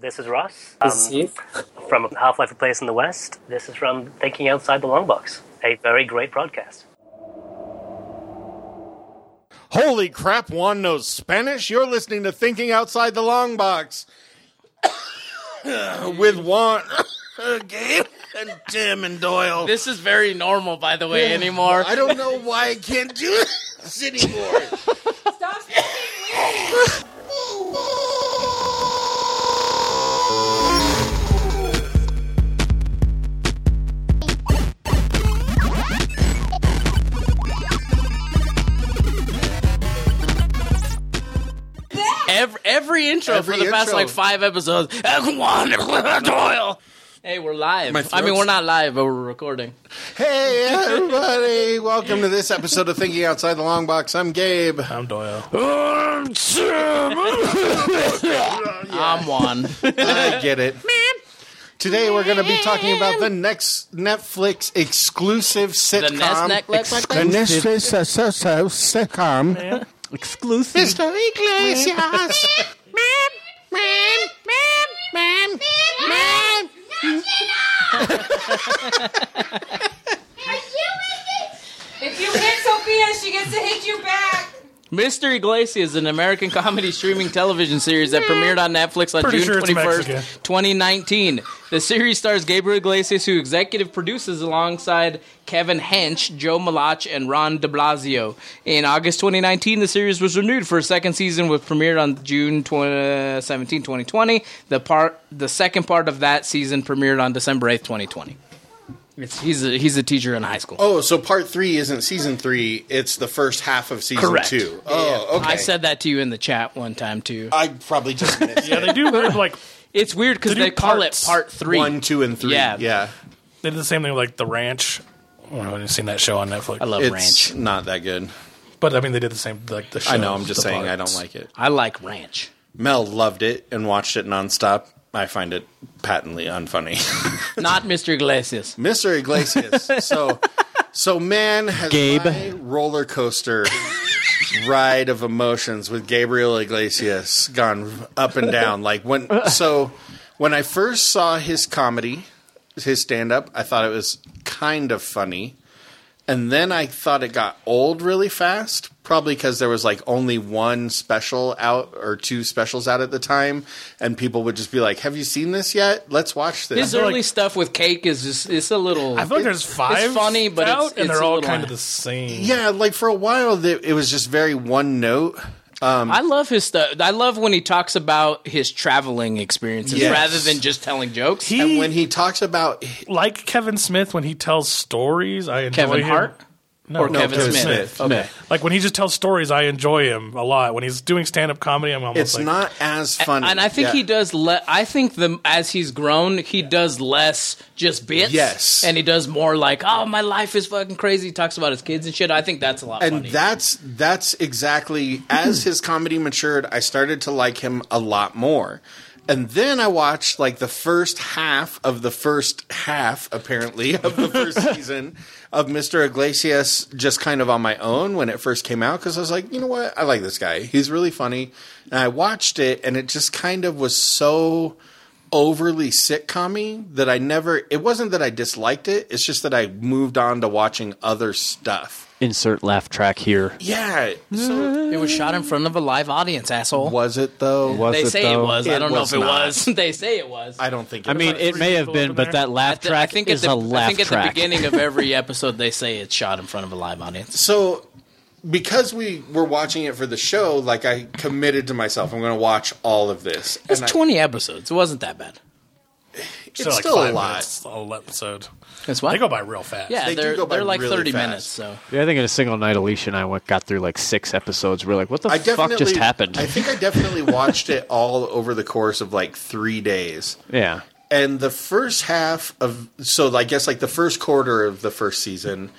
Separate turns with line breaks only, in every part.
This is Ross
This is Heath.
from Half Life: A Place in the West. This is from Thinking Outside the Long Box, a very great broadcast.
Holy crap, Juan knows Spanish. You're listening to Thinking Outside the Long Box with Juan, Gabe, and Tim and Doyle.
This is very normal, by the way, anymore.
I don't know why I can't do this anymore.
Stop speaking weird.
Every, every intro
Every
for the past
intro.
like five episodes. Everyone, Doyle. Hey, we're live.
My
I mean,
throat's-
we're not live, but we're recording.
Hey, everybody. Welcome to this episode of Thinking Outside the Long Box. I'm Gabe.
I'm Doyle.
I'm one.
I get it. Today we're going to be talking about the next Netflix exclusive
The
sitcom.
Nest Neck Lex Lex Lex?
Netflix uh, so so sitcom.
Exclusive.
Mr. Iglesias.
If you hit Sophia, she gets to hit you back.
Mr. Iglesias is an American comedy streaming television series that premiered on Netflix on
Pretty
June
sure it's
21st,
Mexican.
2019. The series stars Gabriel Iglesias, who executive produces alongside Kevin Hench, Joe Malach, and Ron de Blasio. In August 2019, the series was renewed for a second season, which premiered on June 20, 17, 2020. The, part, the second part of that season premiered on December 8th, 2020. It's, he's, a, he's a teacher in high school.
Oh, so part three isn't season three. It's the first half of season
Correct.
two. Oh, okay.
I said that to you in the chat one time, too.
I probably just missed
Yeah, they do have, like
It's weird because
They do
they call
parts.
it part three.
one, two, and three.
Yeah.
yeah.
they did the same thing with, like The Ranch. I don't know if you've seen that show on Netflix.
I love
It's
ranch.
not that good.
But I mean, they did the same like the show.
I know. I'm just
the
saying I
parts.
don't like it.
I like ranch.
Mel loved it and watched it nonstop. I find it patently unfunny.
Not Mr. Iglesias.
Mr. Iglesias. So, so man has
Gabe.
my roller coaster ride of emotions with Gabriel Iglesias gone up and down. Like when so when I first saw his comedy, his stand up, I thought it was kind of funny. And then I thought it got old really fast, probably because there was like only one special out or two specials out at the time, and people would just be like, "Have you seen this yet? Let's watch this."
His
feel
early
like-
stuff with cake is just it's a little
I feel like there's five.
funny, but it's-
out, and
it's
they're
a
all
little
kind
out.
of the same.
Yeah, like for a while, th- it was just very one note.
I love his stuff. I love when he talks about his traveling experiences
Yes.
rather than just telling jokes.
He,
And when he talks about
like Kevin Smith when he tells stories, I enjoy
Kevin
him.
Hart?
Oh, No,
Or Kevin Smith.
okay.
Like when he just tells stories, I enjoy him a lot. When he's doing stand up comedy, I'm almost
it's
like,
not as funny.
And I think
Yeah.
he does. Le- I think the as he's grown, he does less just bits.
Yes.
and he does more like, oh, my life is fucking crazy. He talks about his kids and shit. I think that's a lot.
And
funny.
that's that's exactly as his comedy matured, I started to like him a lot more. And then I watched like the first half of the first half, apparently, of the first season of Mr. Iglesias just kind of on my own when it first came out because I was like, you know what? I like this guy. He's really funny. And I watched it and it just kind of was so overly sitcom that I never it wasn't that I disliked it, it's just that I moved on to watching other stuff.
insert laugh track here.
Yeah. So
it was shot in front of a live audience, asshole.
was it though?
Was
They
it,
say it
though?
was. I
It
don't know
was
if it
not.
was. they say it was.
I don't think. It
I mean, it may have
people
been,
in
but
there.
that laugh
Th-
track
I think
is
at the,
a laugh
I think
track.
at the beginning of every episode they say it's shot in front of a live audience.
so because we were watching it for the show. Like I committed to myself, I'm going to watch all of this.
It's
And I-
twenty episodes. It wasn't that bad.
It's
so like
still a
five
lot.
minutes, the whole episode.
That's what.
They go by real fast.
yeah,
they do
they are
go by
they're like
really
thirty
fast.
minutes. So
yeah, I think in a single night, Alicia and I went got through like six episodes. We're like, what the
I
fuck
definitely
just happened?
I think I definitely watched it all over the course of like three days.
yeah,
and the first half of so I guess like the first quarter of the first season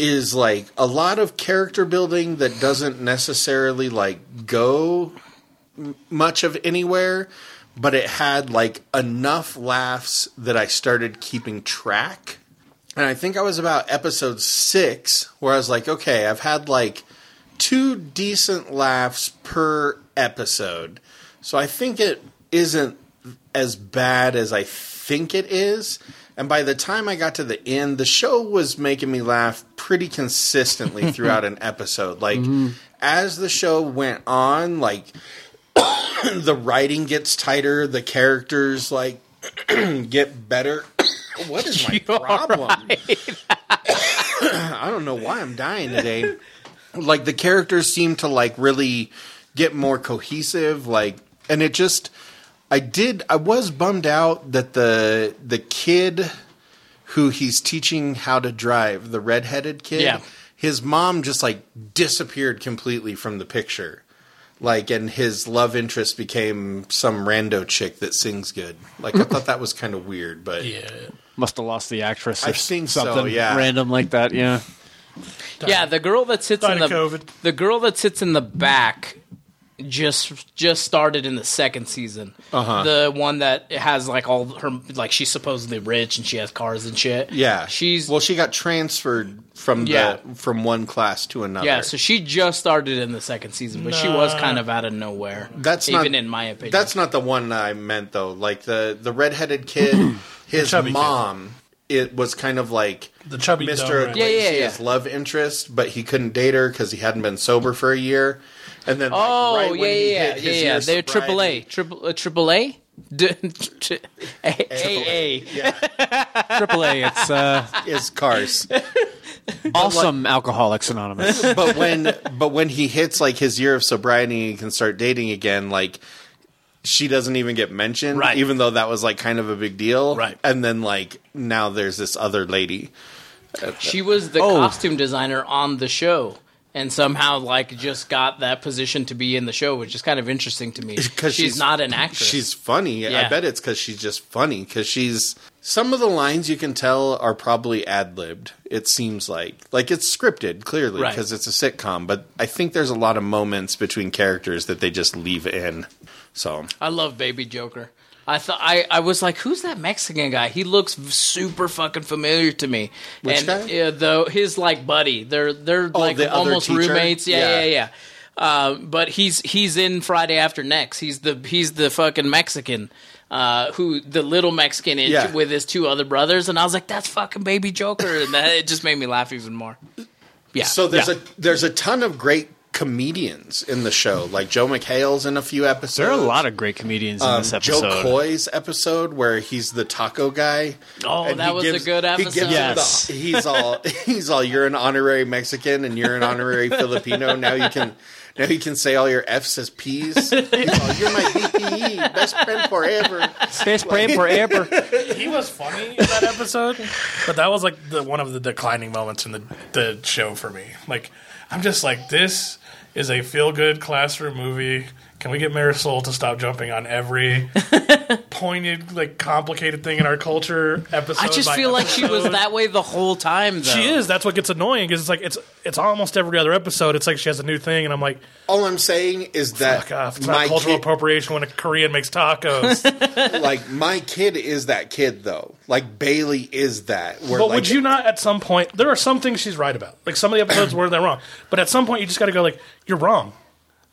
is like a lot of character building that doesn't necessarily like go m- much of anywhere, but it had like enough laughs that I started keeping track. And I think I was about episode six where I was like, okay, I've had like two decent laughs per episode. So I think it isn't as bad as I think it is. And by the time I got to the end, the show was making me laugh pretty consistently throughout an episode. Like as the show went on, like the writing gets tighter, the characters like get better. what is my problem? I don't know why I'm dying today. like the characters seem to like really get more cohesive like and it just I did I was bummed out that the the kid who he's teaching how to drive, the redheaded kid,
Yeah.
his mom just like disappeared completely from the picture. Like and his love interest became some rando chick that sings good. Like I thought that was kind of weird, but
Yeah.
Must have lost the actress or
I think so,
something
yeah.
random like that. Yeah.
Yeah, the girl that sits in
Died
the
of COVID.
the girl that sits in the back just just started in the second season. Uh-huh. The one that has like all her like she's supposedly rich and she has cars and shit.
yeah,
she's
well. She got transferred from
Yeah.
the from one class to another.
yeah. So she just started in the second season, but she was kind of out of nowhere.
That's
even
not-
in my opinion.
That's not the one I meant though. Like the the redheaded kid, his
chubby kid.
mom, it was kind of like
The chubby
Mr.
Mr.
Yeah, yeah,
Iglesias' love interest, but he couldn't date her because he hadn't been sober for a year. And then, like,
oh
right when
yeah
he
yeah
hit
yeah yeah.
his year
They're triple A
sobriety-
triple uh, triple A. D- tri- A- A- A.
Triple A. It's uh,
Is cars,
awesome. Alcoholics Anonymous.
but when but when he hits like his year of sobriety and he can start dating again, like she doesn't even get mentioned,
Right.
even though that was like kind of a big deal,
Right.
And then like now there's this other lady,
She was the costume designer on the show. And somehow, like, just got that position to be in the show, which is kind of interesting to me.
'Cause
Because she's,
she's-
not an actress.
She's funny. I
Yeah.
bet it's because she's just funny. Because she's some of the lines you can tell are probably ad libbed. It seems like like it's scripted clearly
Right.
because it's a sitcom. But I think there's a lot of moments between characters that they just leave in. So
I love Baby Joker. I thought I, I was like, who's that Mexican guy? He looks super fucking familiar to me.
Which
and
guy? Oh,
Yeah, though his like buddy, they're they're like
the other
almost
teacher?
roommates. Yeah, yeah,
Yeah.
yeah. Um, but he's he's in Friday After Next. He's the he's the fucking Mexican. Uh, who the little Mexican in
Yeah.
with his two other brothers, and I was like, "That's fucking Baby Joker," and that, it just made me laugh even more. Yeah.
so there's a there's a ton of great comedians in the show. Like Joe McHale's in a few episodes.
There are a lot of great comedians in this episode.
Um, Joe Coy's episode where he's the taco guy.
Oh,
And
that
he
was
gives-
a good
he
episode.
gives him
Yes.
the- he's all he's all. You're an honorary Mexican and you're an honorary Filipino. Now you can now you can say all your F's as P's. He's all, you're my BPE, best friend forever.
Space brain forever.
He was funny in that episode, but that was like the one of the declining moments in the the show for me. Like I'm just like this is a feel good classroom movie. Can we get Marisol to stop jumping on every pointed, like complicated thing in our culture episode?
I just
by
feel like she was
episode?
that way the whole time. Though.
She is. That's what gets annoying. Is it's like it's it's almost every other episode. It's like she has a new thing, and I'm like,
All I'm saying is that
fuck off. It's
my
not cultural
kid,
appropriation when a Korean makes tacos.
like my kid is that kid though. Like Bailey is that. Where,
But
like,
would you not at some point? There are some things she's right about. Like some of the episodes where they're wrong. But at some point, you just got to go like, you're wrong.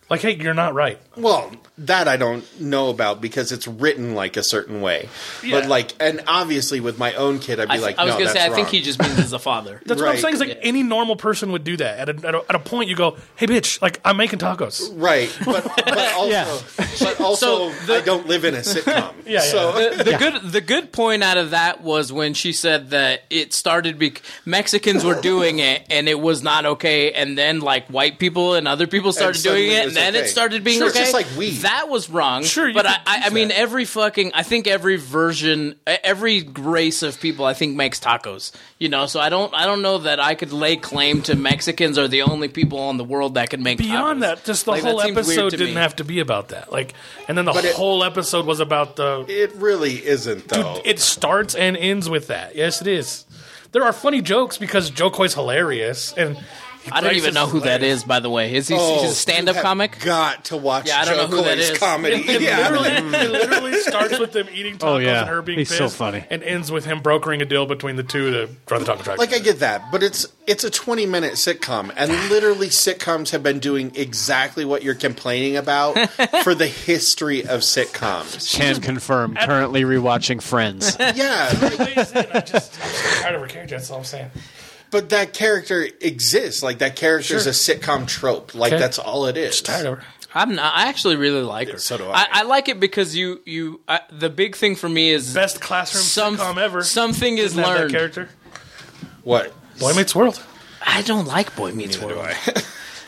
Like, hey, you're not right.
Well, that I don't know about because it's written like a certain way. But
Yeah.
like, and obviously with my own kid, I'd be
I, th-
like,
I was
no,
gonna
that's
say, I think
wrong.
he just means as a father.
That's what I'm
Right.
saying. Is like any normal person would do that. At a, at a at a point, you go, hey, bitch, like I'm making tacos.
Right, but, but also, but also I don't live in a sitcom.
yeah.
so
The good, the good point out of that was when she said that it started. Bec- Mexicans were doing it, and it was not okay. And then, like white people and other people started
suddenly
doing
it
it, and
was
then
okay.
it started being
Sure, it's
okay.
just like weed.
That was wrong.
Sure, you
but I,
could
I, I mean, every fucking, I think every version, e-, every race of people, I think makes tacos. You know, so I don't, I don't know that I could lay claim to Mexicans are the only people in the world that can make
Beyond
tacos.
that, just the
Like, that
whole
seemed weird
episode
to
didn't
me.
have to be about that. Like, and then the
it-
whole episode was about the
it really isn't
Oh.
though.
It starts and ends with that. Yes, it is. There are funny jokes because Joe Coy's hilarious, and
I don't
Bryce
even
is
know who that
hilarious.
is, by the way. Is he he's a stand up
oh, you have
comic?
Got to watch.
Yeah, I don't
Joe
know who that
Coy's
is.
Comedy. yeah,
Literally, it literally starts with them eating tacos
Oh, yeah.
and her being
He's so
pissed,
funny.
and ends with him brokering a deal between the two to run the taco truck.
like I get that, but it's it's a twenty minute sitcom, and literally sitcoms have been doing exactly what you're complaining about for the history of sitcoms.
Can confirm. Currently rewatching Friends.
Yeah, like,
I just I'm so tired of her character. That's all I'm saying.
but that character exists. Like that character is a sitcom trope. Like
Okay.
that's all it is.
Tired of her.
I'm not, I actually really like her.
so do I.
I, like it because you you I, the big thing for me is
Best classroom
some
sitcom ever.
something is
Didn't have that
learned.
character.
What?
Boy Meets World.
I don't like Boy Meets World.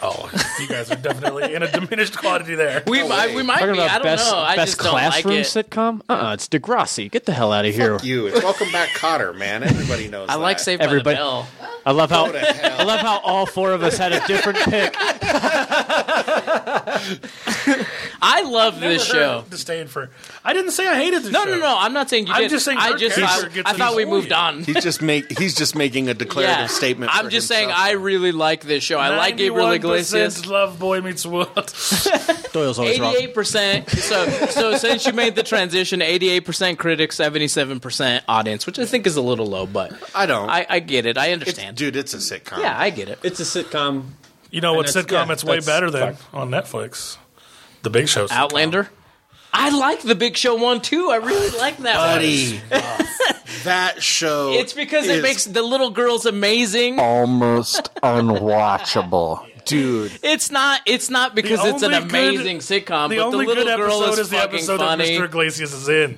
Oh, you guys are definitely in a diminished quality there.
We, I, we might be.
Talking about
I don't
best,
know. I
best
just don't like
classroom
it.
sitcom? Uh uh it's Degrassi. Get the hell out of here.
You. It's Welcome Back, Cotter. Man, everybody knows.
I like
that.
Saved
Everybody-
by the Bell.
I love how
Go to hell.
I love how all four of us had a different pick.
I love this show.
Disdain for. I didn't say I hated this
No,
show.
no, no. I'm not saying you
I'm
did.
just saying
I
her
just
character
I,
gets
I thought we
annoying.
moved on.
He's just make. He's just making a declarative
Yeah.
statement.
I'm
for
just saying
himself.
I really like this show. I like Gabriel
91%
Iglesias.
Love Boy Meets World.
Doyle's always wrong.
Eighty-eight percent. So, so since you made the transition, eighty-eight percent critics, seventy-seven percent audience, which I think is a little low, but
I don't.
I, I get it. I
It's-
understand.
dude, it's a sitcom.
yeah, I get it.
It's a sitcom.
You know what
And that's-
sitcom
yeah,
it's way
that's
better than on Netflix? The Big Show. sitcom.
Outlander. I like the Big Show one too. I really like that one.
buddy. that show.
It's because it
is-
makes the little girls amazing.
Oh.
Almost unwatchable.
dude.
It's not. It's not because it's an
only good-
amazing sitcom.
The
but
only
the little
good
girl
episode
is,
is, the
fucking
episode
funny.
that Mr. Iglesias is in.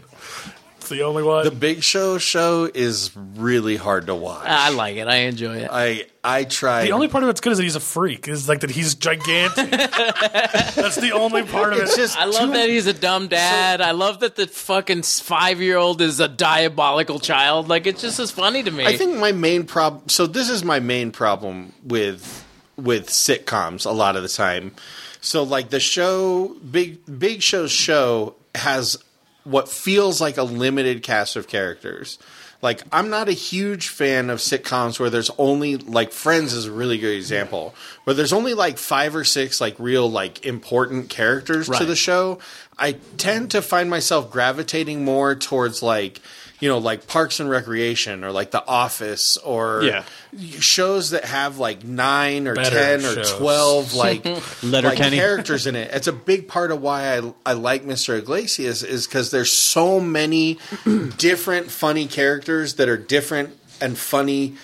It's the only one.
The Big Show show is really hard to watch.
I like it. I enjoy it.
I I tried.
The only part of it's good is that he's a freak. Is like that he's gigantic. That's the only part of it.
it's just
I love
too-
that he's a dumb dad. I love that the fucking five year old is a diabolical child. Like it's just as funny to me.
I think my main problem. So this is my main problem with with sitcoms a lot of the time. So like the show, big Big Show's show has what feels like a limited cast of characters. Like I'm not a huge fan of sitcoms where there's only like Friends is a really good example where there's only like five or six like real like important characters to
Right.
the show. I tend to find myself gravitating more towards like you know like Parks and Recreation or like The Office or
Yeah.
shows that have like nine or
Better
ten or
shows.
twelve like like
Letterkenny.
characters in it. It's a big part of why I I like Mr. Iglesias is because there's so many different funny characters that are different and funny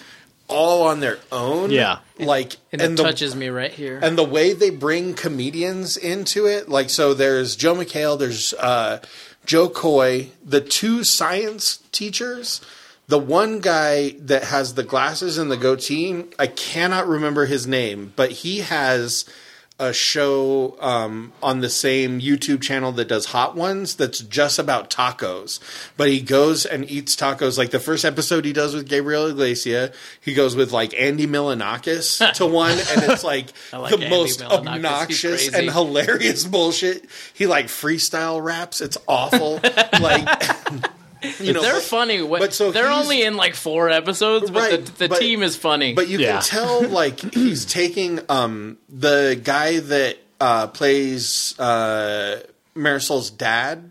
all on their own.
Yeah.
like
and, it
the-
touches me right here.
and the way they bring comedians into it, like so, there's Joe McHale, there's uh, Joe Coy, the two science teachers, the one guy that has the glasses and the goatee. I cannot remember his name, but he has a show um, on the same YouTube channel that does hot ones that's just about tacos. But he goes and eats tacos. Like the first episode he does with Gabriel Iglesias, he goes with like Andy Milanakis to one, and it's like,
like
the
Andy
most
Milonakis. He's
obnoxious
crazy.
and hilarious bullshit. He like freestyle raps. It's awful. like. You know,
they're
but-
funny. What,
but so
they're
he's-
only in like four episodes, but
Right,
the, the
but-
team is funny.
But you
Yeah.
can tell like he's taking um the guy that uh plays uh Marisol's dad.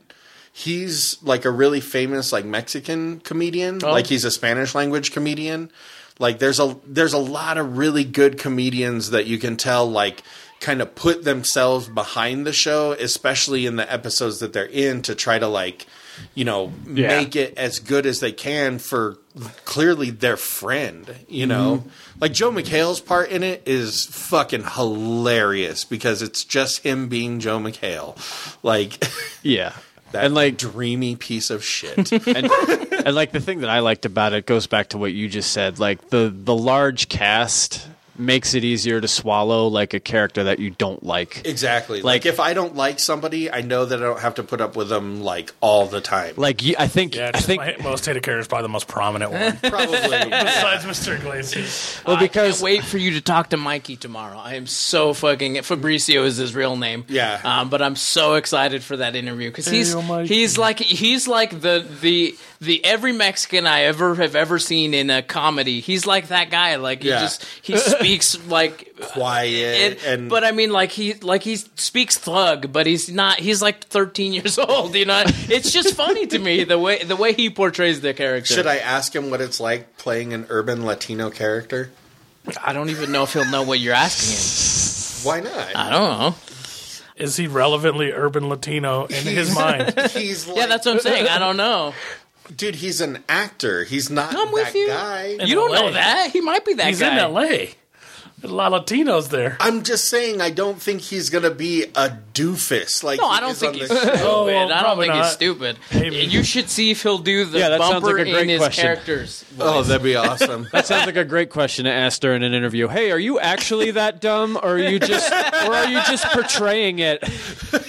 He's like a really famous like Mexican comedian. Like he's a Spanish language comedian. Like there's a there's a lot of really good comedians that you can tell like kind of put themselves behind the show, especially in the episodes that they're in to try to like you know
Yeah.
make it as good as they can for clearly their friend you know like joe mchale's part in it is fucking hilarious because it's just him being joe mchale like
Yeah.
that
and like
dreamy piece of shit
and, and like the thing that I liked about it goes back to what you just said. Like the the large cast makes it easier to swallow like a character that you don't like.
exactly
Like-
like, if i don't like somebody i know that i don't have to put up with them like all the time
Like you, I think
yeah,
I
just
think
my most hated character is probably the most prominent one
probably
besides Mr. Iglesias.
well because
I can't wait for you to talk to Mikey tomorrow. I am so fucking Fabricio is his real name.
Yeah. oh,
Um, but I'm so excited for that interview because he's
yo, Mikey.
he's like he's like the the the every Mexican I ever have ever seen in a comedy. He's like that guy. Like he
Yeah.
just he speaks speaks like
quiet
it,
and
but I mean, like he like he speaks thug, but he's not. He's like 13 years old. You know, it's just funny to me the way the way he portrays the character.
should I ask him what it's like playing an urban Latino character?
I don't even know if he'll know what you're asking him.
Why not?
I don't know.
Is he relevantly urban Latino in his mind?
He's like,
Yeah, that's what I'm saying. I don't know.
dude. He's an actor. He's not
I'm
that
with you.
guy.
you don't
LA.
know that he might be that
He's
guy.
in L.A. There's a lot of Latinos there.
I'm just saying. I don't think he's gonna be a doofus. Like
No,
he
I don't
is on
think he's
the
stupid.
Oh, well,
I don't
probably
think he's
not.
stupid.
Maybe.
You should see if he'll do the
Yeah, that sounds
bumper
like a great
in his
question.
characters.
Oh, that'd be awesome.
That sounds like a great question to ask during an interview. Hey, are you actually that dumb, or are you just, or are you just portraying it?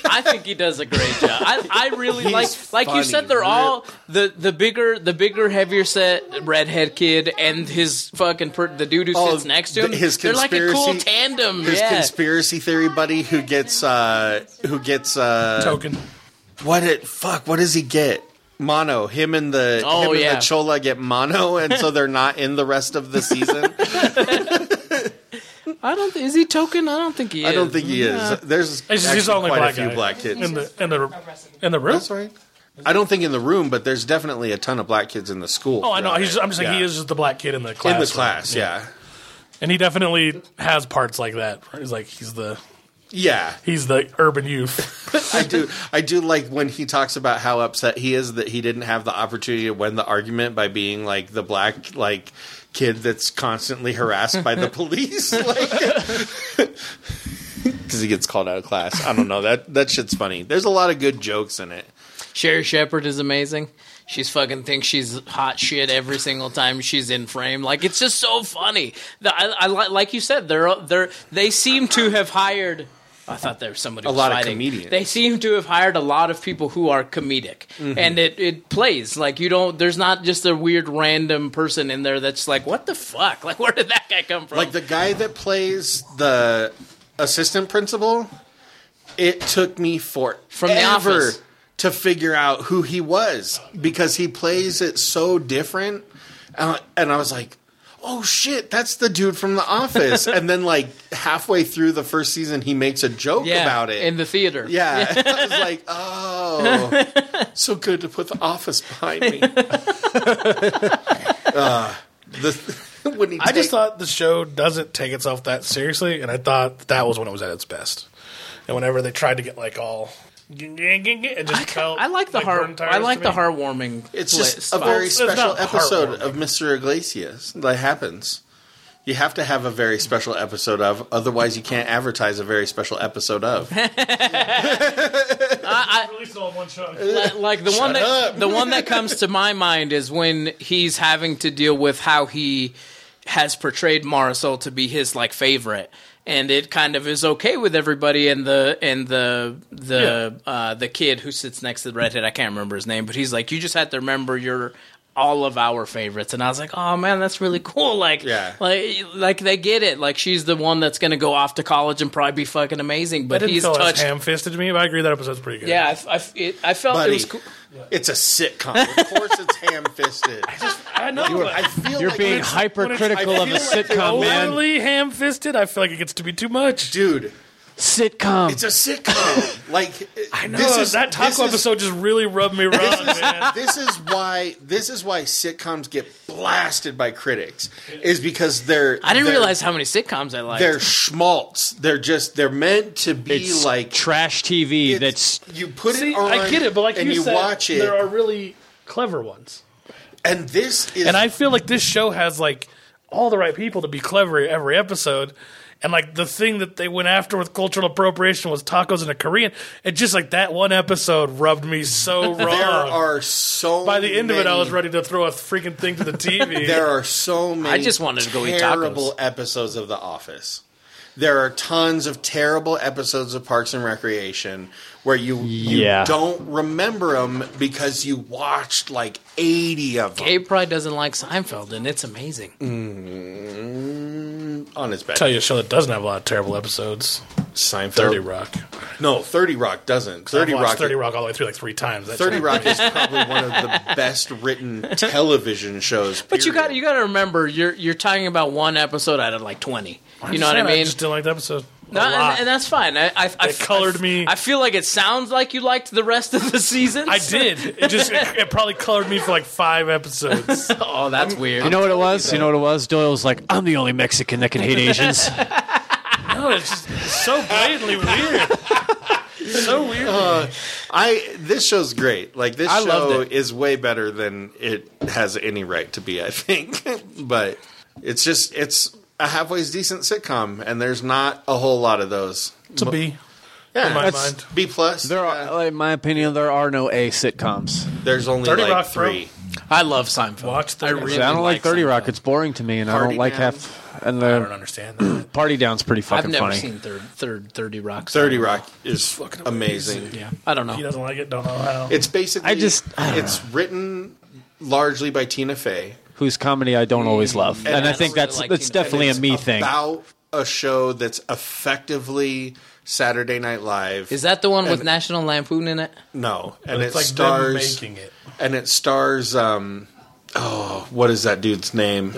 I think he does a great job. I, I really like like you
funny,
said they're
rip.
all the the bigger the bigger heavier set redhead kid and his fucking per, the dude who
Oh,
sits next to him.
th- his
they're like a cool
conspiracy-
tandem.
His
yeah.
conspiracy theory buddy who gets uh who gets uh
Token.
what it fuck what does he get? Mono. Him and the
Oh,
him and
yeah.
the Chola get mono, and so they're not in the rest of the season.
I don't is he token? I don't think he is.
I don't think he is. There's
It's just, he's
actually
only
quite
black
a few
guy.
black kids.
in the in the in the room.
That's right. I don't think in the room, but there's definitely a ton of black kids in the school.
Oh, I know. He's, I'm just saying
Yeah.
he is just the black kid in the class.
in the class. Yeah,
and he definitely has parts like that. He's like he's the
yeah.
he's the urban youth.
I do. I do like when he talks about how upset he is that he didn't have the opportunity to win the argument by being like the black like kid that's constantly harassed by the police, because he gets called out of class. I don't know that that shit's funny. There's a lot of good jokes in it.
Sherry Shepard is amazing. She's fucking thinks she's hot shit every single time she's in frame. Like it's just so funny. The, I, I li- like you said they're they're they seem to have hired. I thought there was somebody a
lot of comedians.
They seem to have hired a lot of people who are comedic,
Mm-hmm.
and it it plays like you don't. There's not just a weird random person in there that's like, what the fuck? Like where did that guy come from?
Like the guy that plays the assistant principal, it took me forever
From The Office.
to figure out who he was because he plays it so different. Uh, and I was like, oh shit, that's the dude from The Office. and then, like, halfway through the first season, he makes a joke
yeah,
about it.
in the theater.
yeah. I was like, oh, so good to put The Office behind me. uh, the, when he
I
take-
just thought the show doesn't take itself that seriously, and I thought that was when it was at its best. And whenever they tried to get like all, it just
I,
felt.
I like the
burn
heart.
tires
I
to
like
me.
the heartwarming.
It's
pla-
just a
spots.
very
it's
special
not
episode
heartwarming.
of Mr. Iglesias that happens. You have to have a very special episode of, otherwise you can't advertise a very special episode of.
Released all in one shot.
Like- like the one that the one that comes to my mind is when he's having to deal with how he has portrayed Marisol to be his like favorite and it kind of is okay with everybody and the and the the uh the kid who sits next to the redhead I can't remember his name but he's like you just had to remember you're all of our favorites and I was like oh man that's really cool like
Yeah.
like like they get it like she's the one that's going to go off to college and probably be fucking amazing
I
but
didn't
he's
feel as
touched
ham fisted to me, but I agree that episode's pretty good.
yeah I, I, it, I felt it
Buddy,
was cool
it's a sitcom. Of course it's ham-fisted.
I know. but
I feel
You're
like
being
it's-
hypercritical of a
I feel like
sitcom, man.
overly ham fisted. I feel like it gets to be too much.
Dude,
Sitcom.
it's a sitcom. Like I know
This that taco episode just really rubbed me wrong, man.
this is why this is why sitcoms get blasted by critics is because they're
I didn't
they're-
realize how many sitcoms I liked.
they're schmaltz. They're just they're meant to be
It's
like
trash TV.
It's-
That's
you put
See,
it on.
I get it, but like
and
you,
you,
said,
watch it,
there are really clever ones,
and this is
and I feel like this show has like all the right people to be clever every episode. And like the thing that they went after with cultural appropriation was tacos and a Korean. And just like that one episode rubbed me so wrong.
there are so
uh, By the end of it, I
many-
was ready to throw a freaking thing to the TV.
There are so many.
just wanted to go eat
terrible
tacos.
episodes of The Office. There are tons of terrible episodes of Parks and Recreation where you, you
Yeah.
don't remember them because you watched like eighty of them
Gabe probably doesn't like Seinfeld, and it's amazing.
on his bed.
tell you a show that doesn't have a lot of terrible episodes.
Seinfeld.
Thirty Rock.
No, Thirty Rock doesn't. Thirty
I've watched
Rock.
Thirty Rock all the way through like three times. That
30
show-
Rock is probably one of the best written television shows.
But you
period.
got you got to remember you're you're talking about one episode out of like twenty.
I'm
you
just
know what I
saying,
mean?
just didn't like the episode.
No,
a
and,
lot.
and that's fine. I, I, I
It colored
I-
me.
I feel like it sounds like you liked the rest of the season.
I did. It just it, it probably colored me for like five episodes.
Oh, that's weird.
You know what it was? You know what it was? Doyle's like, I'm the only Mexican that can hate Asians.
no, it's just so blatantly weird. so weird.
I this show's great. Like this
I loved
show
it.
is way better than it has any right to be. I think, but it's just it's a halfway decent sitcom, and there's not a whole lot of those.
it's a B.
Yeah,
in my
that's
mind.
B plus.
there are,
uh,
like, in my opinion, there are no A sitcoms.
there's only
30
like
Rock, bro.
three.
I love Seinfeld.
Watch the.
I really-
See, I don't like,
like
30 Rock.
Seinfeld.
It's boring to me, and I
Party
don't like
Down.
half. And
I don't
the
understand that.
Party Down's pretty
I've
fucking
never
funny.
seen third, third, thirty Rock.
Thirty Rock is fucking amazing.
Yeah, I don't know.
He doesn't like it. Don't know how.
It's basically
I just- I don't
it's written largely by Tina Fey.
Whose comedy I don't always love. And,
I
I
don't
think
really
that's
like
that's
Tina Fey.
definitely a
It's
me thing.
About a show that's effectively Saturday Night Live.
Is that the one with National Lampoon in it?
no? And it
it's like them
stars
making it.
and it stars um oh what is that dude's name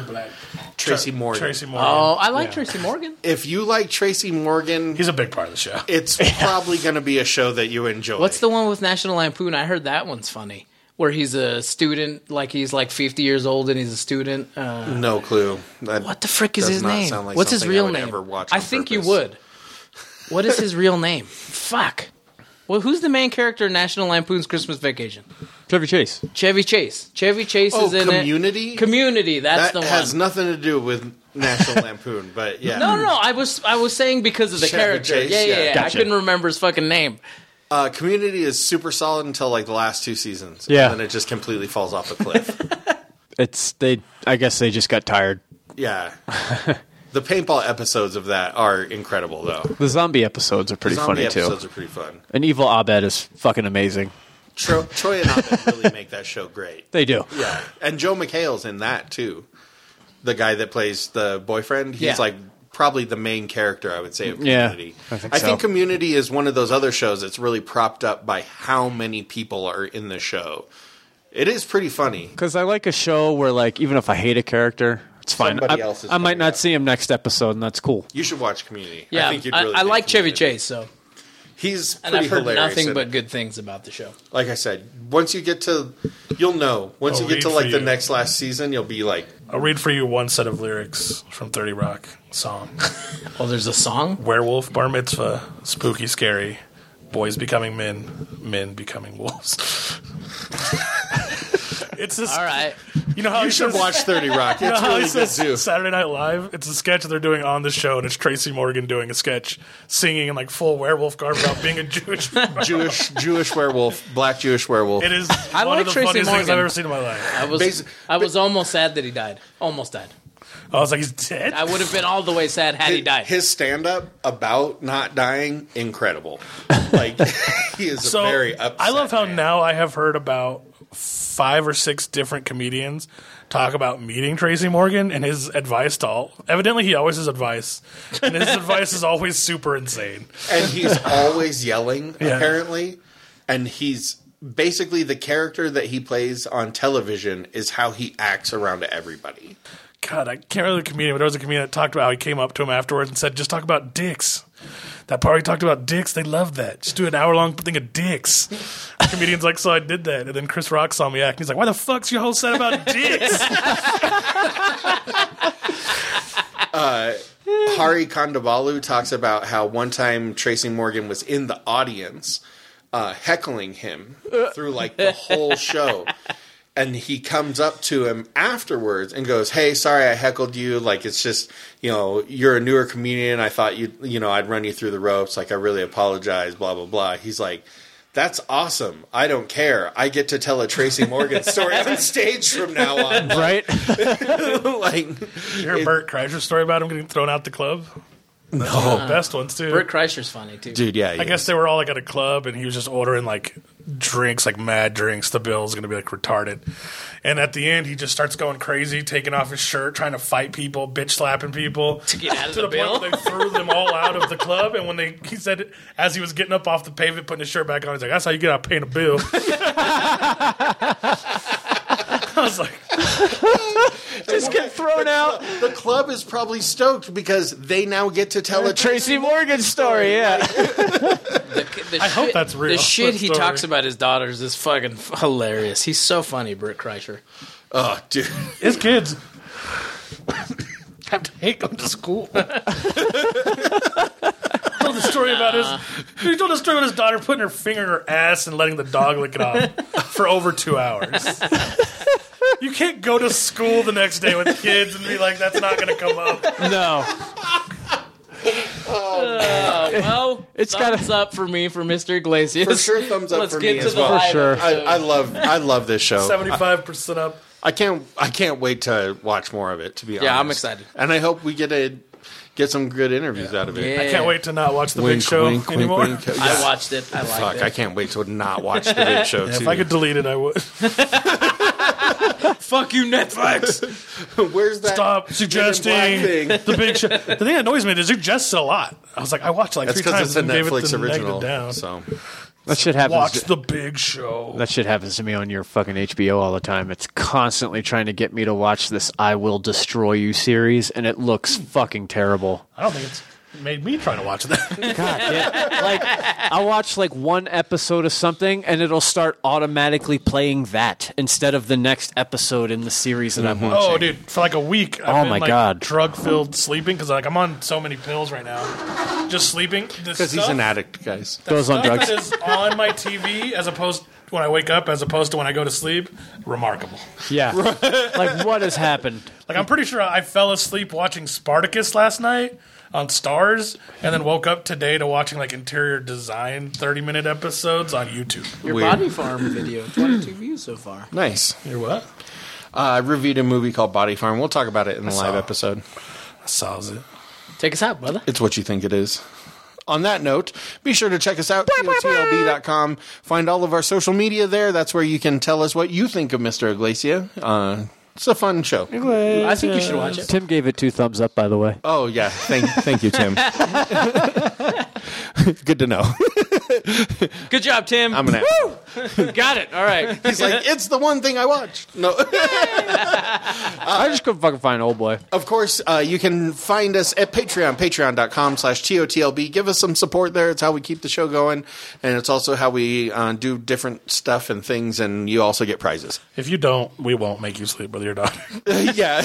Tracy Morgan.
Tracy Morgan.
Oh, I like
Yeah.
Tracy Morgan.
If you like Tracy Morgan,
He's a big part of the show.
it's probably going to be a show that you enjoy.
What's the one with National Lampoon? I heard that one's funny. Where he's a student, like he's like fifty years old and he's a student. Uh,
no clue? That-
what the frick is
Does
his
not
name?
sound like
What's his
something I
real
would
name?
ever watch
I
on
think
purpose.
you would. What is his real name? Fuck. Well, who's the main character in National Lampoon's Christmas Vacation?
Trevor Chase.
Chevy Chase. Chevy Chase
Oh,
is in it.
Community?
Community. That's
that
the
has
one.
nothing to do with National Lampoon, but yeah.
no, no, no. I was I was saying because of the
Chevy
character.
Chase,
yeah, yeah,
yeah.
yeah.
Gotcha.
I couldn't remember his fucking name.
Uh, Community is super solid until like the last two seasons.
Yeah.
And then it just completely falls off a cliff.
It's they. I guess they just got tired.
yeah. The paintball episodes of that are incredible, though.
The zombie episodes are pretty
Zombie
funny
episodes
too.
are pretty fun.
And Evil Abed is fucking amazing.
Tro- Troy and Abed really make that show great.
They do.
Yeah, and Joe McHale's in that too. The guy that plays the boyfriend, he's
Yeah.
like probably the main character, I would say, of
Yeah,
Community.
I think so.
Community is one of those other shows that's really propped up by how many people are in the show. It is pretty funny.
Because I like a show where, like, even if I hate a character, it's fine.
Somebody
I,
else is
I might
coming
not
up.
see him next episode, and that's cool.
You should watch Community.
Yeah, I,
I think you'd
I,
really dig
like Chevy
Community.
Chase. So,
He's
and
pretty
I've heard
hilarious.
nothing
in
but
it.
good things about the show.
like I said, once you get to, you'll know. Once
I'll
you get
read
to
for
like the
you.
next last season, you'll be like,
I'll read for you one set of lyrics from Thirty Rock song.
Oh, there's a song.
werewolf bar mitzvah, spooky, scary, boys becoming men, men becoming wolves. it's this.
All right.
You know how
you should watch Thirty Rock.
You know
It's
how
really
it
good
says
too.
Uh, Saturday Night Live. It's a sketch they're doing on the show, and it's Tracy Morgan doing a sketch, singing in like full werewolf garb about being a Jewish.
Jewish Jewish werewolf, black Jewish werewolf.
It is
I
one
like
of the
Tracy
funniest things I've
Morgan.
ever seen in my life.
I was
Basi-
I was almost sad that he died. Almost died.
I was like, he's dead.
I would have been all the way sad had he died.
His stand up about not dying, incredible. Like he is
so
a very upset.
I love how
man.
now I have heard about five or six different comedians talk about meeting Tracy Morgan and his advice to all. Evidently, he always has advice, and his advice is always super insane.
and he's always yelling,
Yeah.
apparently. And he's basically the character that he plays on television is how he acts around everybody.
God, I can't remember the comedian, but there was a comedian that talked about how he came up to him afterwards and said, "Just talk about dicks." That part where he talked about dicks, they love that. Just do an hour long thing of dicks. The comedian's like, so I did that, and then Chris Rock saw me act, and he's like, "Why the fuck's your whole set about dicks?"
Hari Kondabalu talks about how one time Tracy Morgan was in the audience uh, heckling him through like the whole show. And he comes up to him afterwards and goes, Hey, sorry I heckled you. Like, it's just, you know, you're a newer comedian. I thought you, you know, I'd run you through the ropes. Like, I really apologize, blah, blah, blah. He's like, That's awesome. I don't care. I get to tell a Tracy Morgan story on stage from now on.
Right?
like,
You hear Bert Kreischer's story about him getting thrown out the club? No. The best ones, too.
Bert Kreischer's funny too.
dude, yeah.
I guess they were all like at a club and he was just ordering like drinks, like mad drinks. The Bill's going to be like retarded. And at the end, he just starts going crazy, taking off his shirt, trying to fight people, bitch slapping people. To
get out of the
the
Bill.
point where they threw them all out of the club. And when they, he said, as he was getting up off the pavement, putting his shirt back on, he's like, that's how you get out paying a bill. I was like,
Just get thrown out.
The club is probably stoked because they now get to
Uh,
tell a
Tracy Morgan story, yeah.
I
hope that's real.
The shit he
Story.
talks about his daughters is fucking f- hilarious. He's so funny, Britt Kreischer.
Oh, dude.
his kids have to hate going to school. told the story about his. He told the story about his daughter putting her finger in her ass and letting the dog lick it off for over two hours. You can't go to school the next day with kids and be like, "That's not going to come up."
No.
Well,
It's gotta-
thumbs up for me for Mr. Iglesias.
For sure, thumbs up
Let's
for
get
me
to
as
the
well.
live
sure.
I,
episode.
I love I love this show.
Seventy-five percent up.
I can't I can't wait to watch more of it. To be honest,
Yeah, I'm excited.
and I hope we get a get some good interviews out of it.
Yeah.
I can't wait to not watch the big
Wink,
show
wink, wink,
anymore.
wink.
I watched it. I liked
Fuck,
it.
I can't wait to not watch the big show
If
too.
I could delete it, I would.
Fuck you, Netflix.
Where's that?
Stop suggesting
thing.
the big show. The thing that annoys me is it suggests a lot. I was like, I watched it like
That's
three
because
times
it's a
and gave it
Netflix
the negative
original.
Down.
So
That shit happens.
Watch the big show.
That shit happens to me on your fucking HBO all the time. It's constantly trying to get me to watch this I Will Destroy You series, and it looks fucking terrible.
I don't think it's made me try to watch that.
God, yeah. like I watch like one episode of something, and it'll start automatically playing that instead of the next episode in the series that I'm
Mm-hmm.
watching.
oh, dude, for like a week. I've
Oh
been,
my
like,
God.
drug filled sleeping because like I'm on so many pills right now, just sleeping.
because he's an addict, guys.
Goes on drugs.
That is on my TV as opposed when I wake up as opposed to when I go to sleep. Remarkable.
Yeah, like what has happened?
Like I'm pretty sure I fell asleep watching Spartacus last night on Stars, and then woke up today to watching like interior design 30 minute episodes on YouTube.
Your
Weird.
Body Farm video, 22 views so far.
Nice.
You're what?
Uh, I reviewed a movie called Body Farm. We'll talk about it in the live
saw.
episode.
That solves it.
Take us out, brother.
It's what you think it is. On that note, be sure to check us out, totlb.com. Find all of our social media there. That's where you can tell us what you think of Mr. Iglesia. Uh, it's a fun show.
I think you should watch it.
Tim gave it two thumbs up, by the way.
Oh, yeah. Thank, thank you, Tim. Good to know.
Good job, Tim.
I'm an ass.
Got it. All right.
He's like, it's the one thing I watched. No. Uh,
I just couldn't fucking find old boy.
Of course, uh, you can find us at Patreon, patreon.com slash TOTLB. Give us some support there. It's how we keep the show going. And it's also how we uh, do different stuff and things. And you also get prizes.
If you don't, we won't make you sleep with your daughter.
yeah.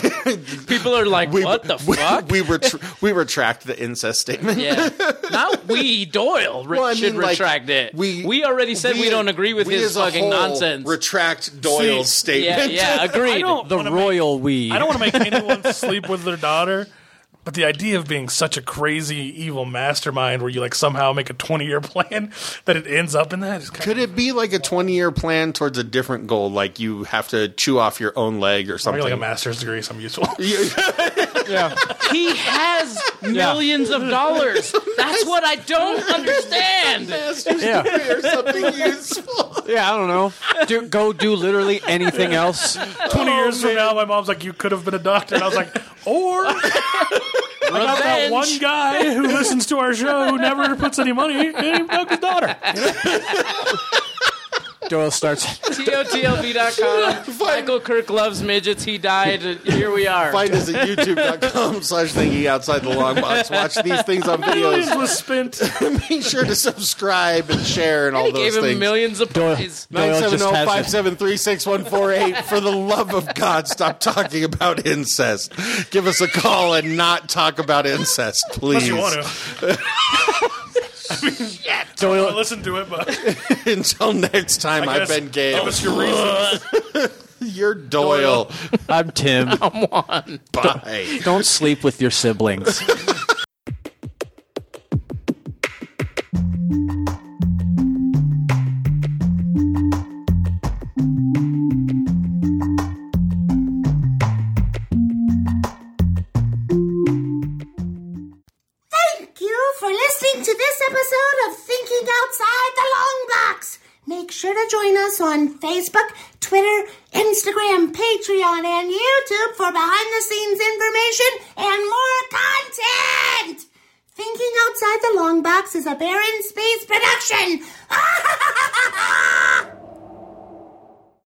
People are like, what the
we,
fuck?
We, retr- we retract the incest statement.
Yeah. Not we, Doyle, re-
Well, I
should
mean, like,
retract it. We, already said we, don't agree with
we
his
as a
fucking
whole
nonsense.
Retract Doyle's
yeah,
statement.
yeah, agreed.
don't-
The
wanna
royal we.
I don't want to make anyone sleep with their daughter, but the idea of being such a crazy evil mastermind where you like somehow make a 20 year plan that it ends up in that is kind
Could it be like a 20 year plan towards a different goal? Like you have to chew off your own leg or
of
something?
like a master's degree, so I'm useful.
He has millions of dollars. That's what I don't understand.
Yeah.
or something useful.
Yeah, I don't know. Do, go do literally anything else.
20 years from now, my mom's like, You could have been a doctor. And I was like, Or I got that
Revenge.
one guy who listens to our show who never puts any money named Doug's daughter.
Doyle starts.
TOTLB.com. Michael Kirk loves midgets. He died. Here we are.
Find us at youtube.com slash thinking outside the long box. Watch these things on
Millions
videos.
was spent.
Be sure to subscribe and share and all
He
those
gave him
things. oh,
millions of
Doyle,
prizes.
Doyle just has it.
970-573-6148. For the love of God, stop talking about incest. Give us a call and not talk about incest,
Unless
please.
you want to. I
Doyle,
listen to it, but
Until next time,
I
I've
guess
been Gabe.
That was your reason.
You're Doyle.
I'm Tim.
Bye.
Don't sleep with your siblings.
Thank you for listening to this episode of Thinking Outside the Long Box. Make sure to join us on Facebook, Twitter, Instagram, Patreon, and YouTube for behind the scenes information and more content! Thinking Outside the Long Box is a Barren Space production!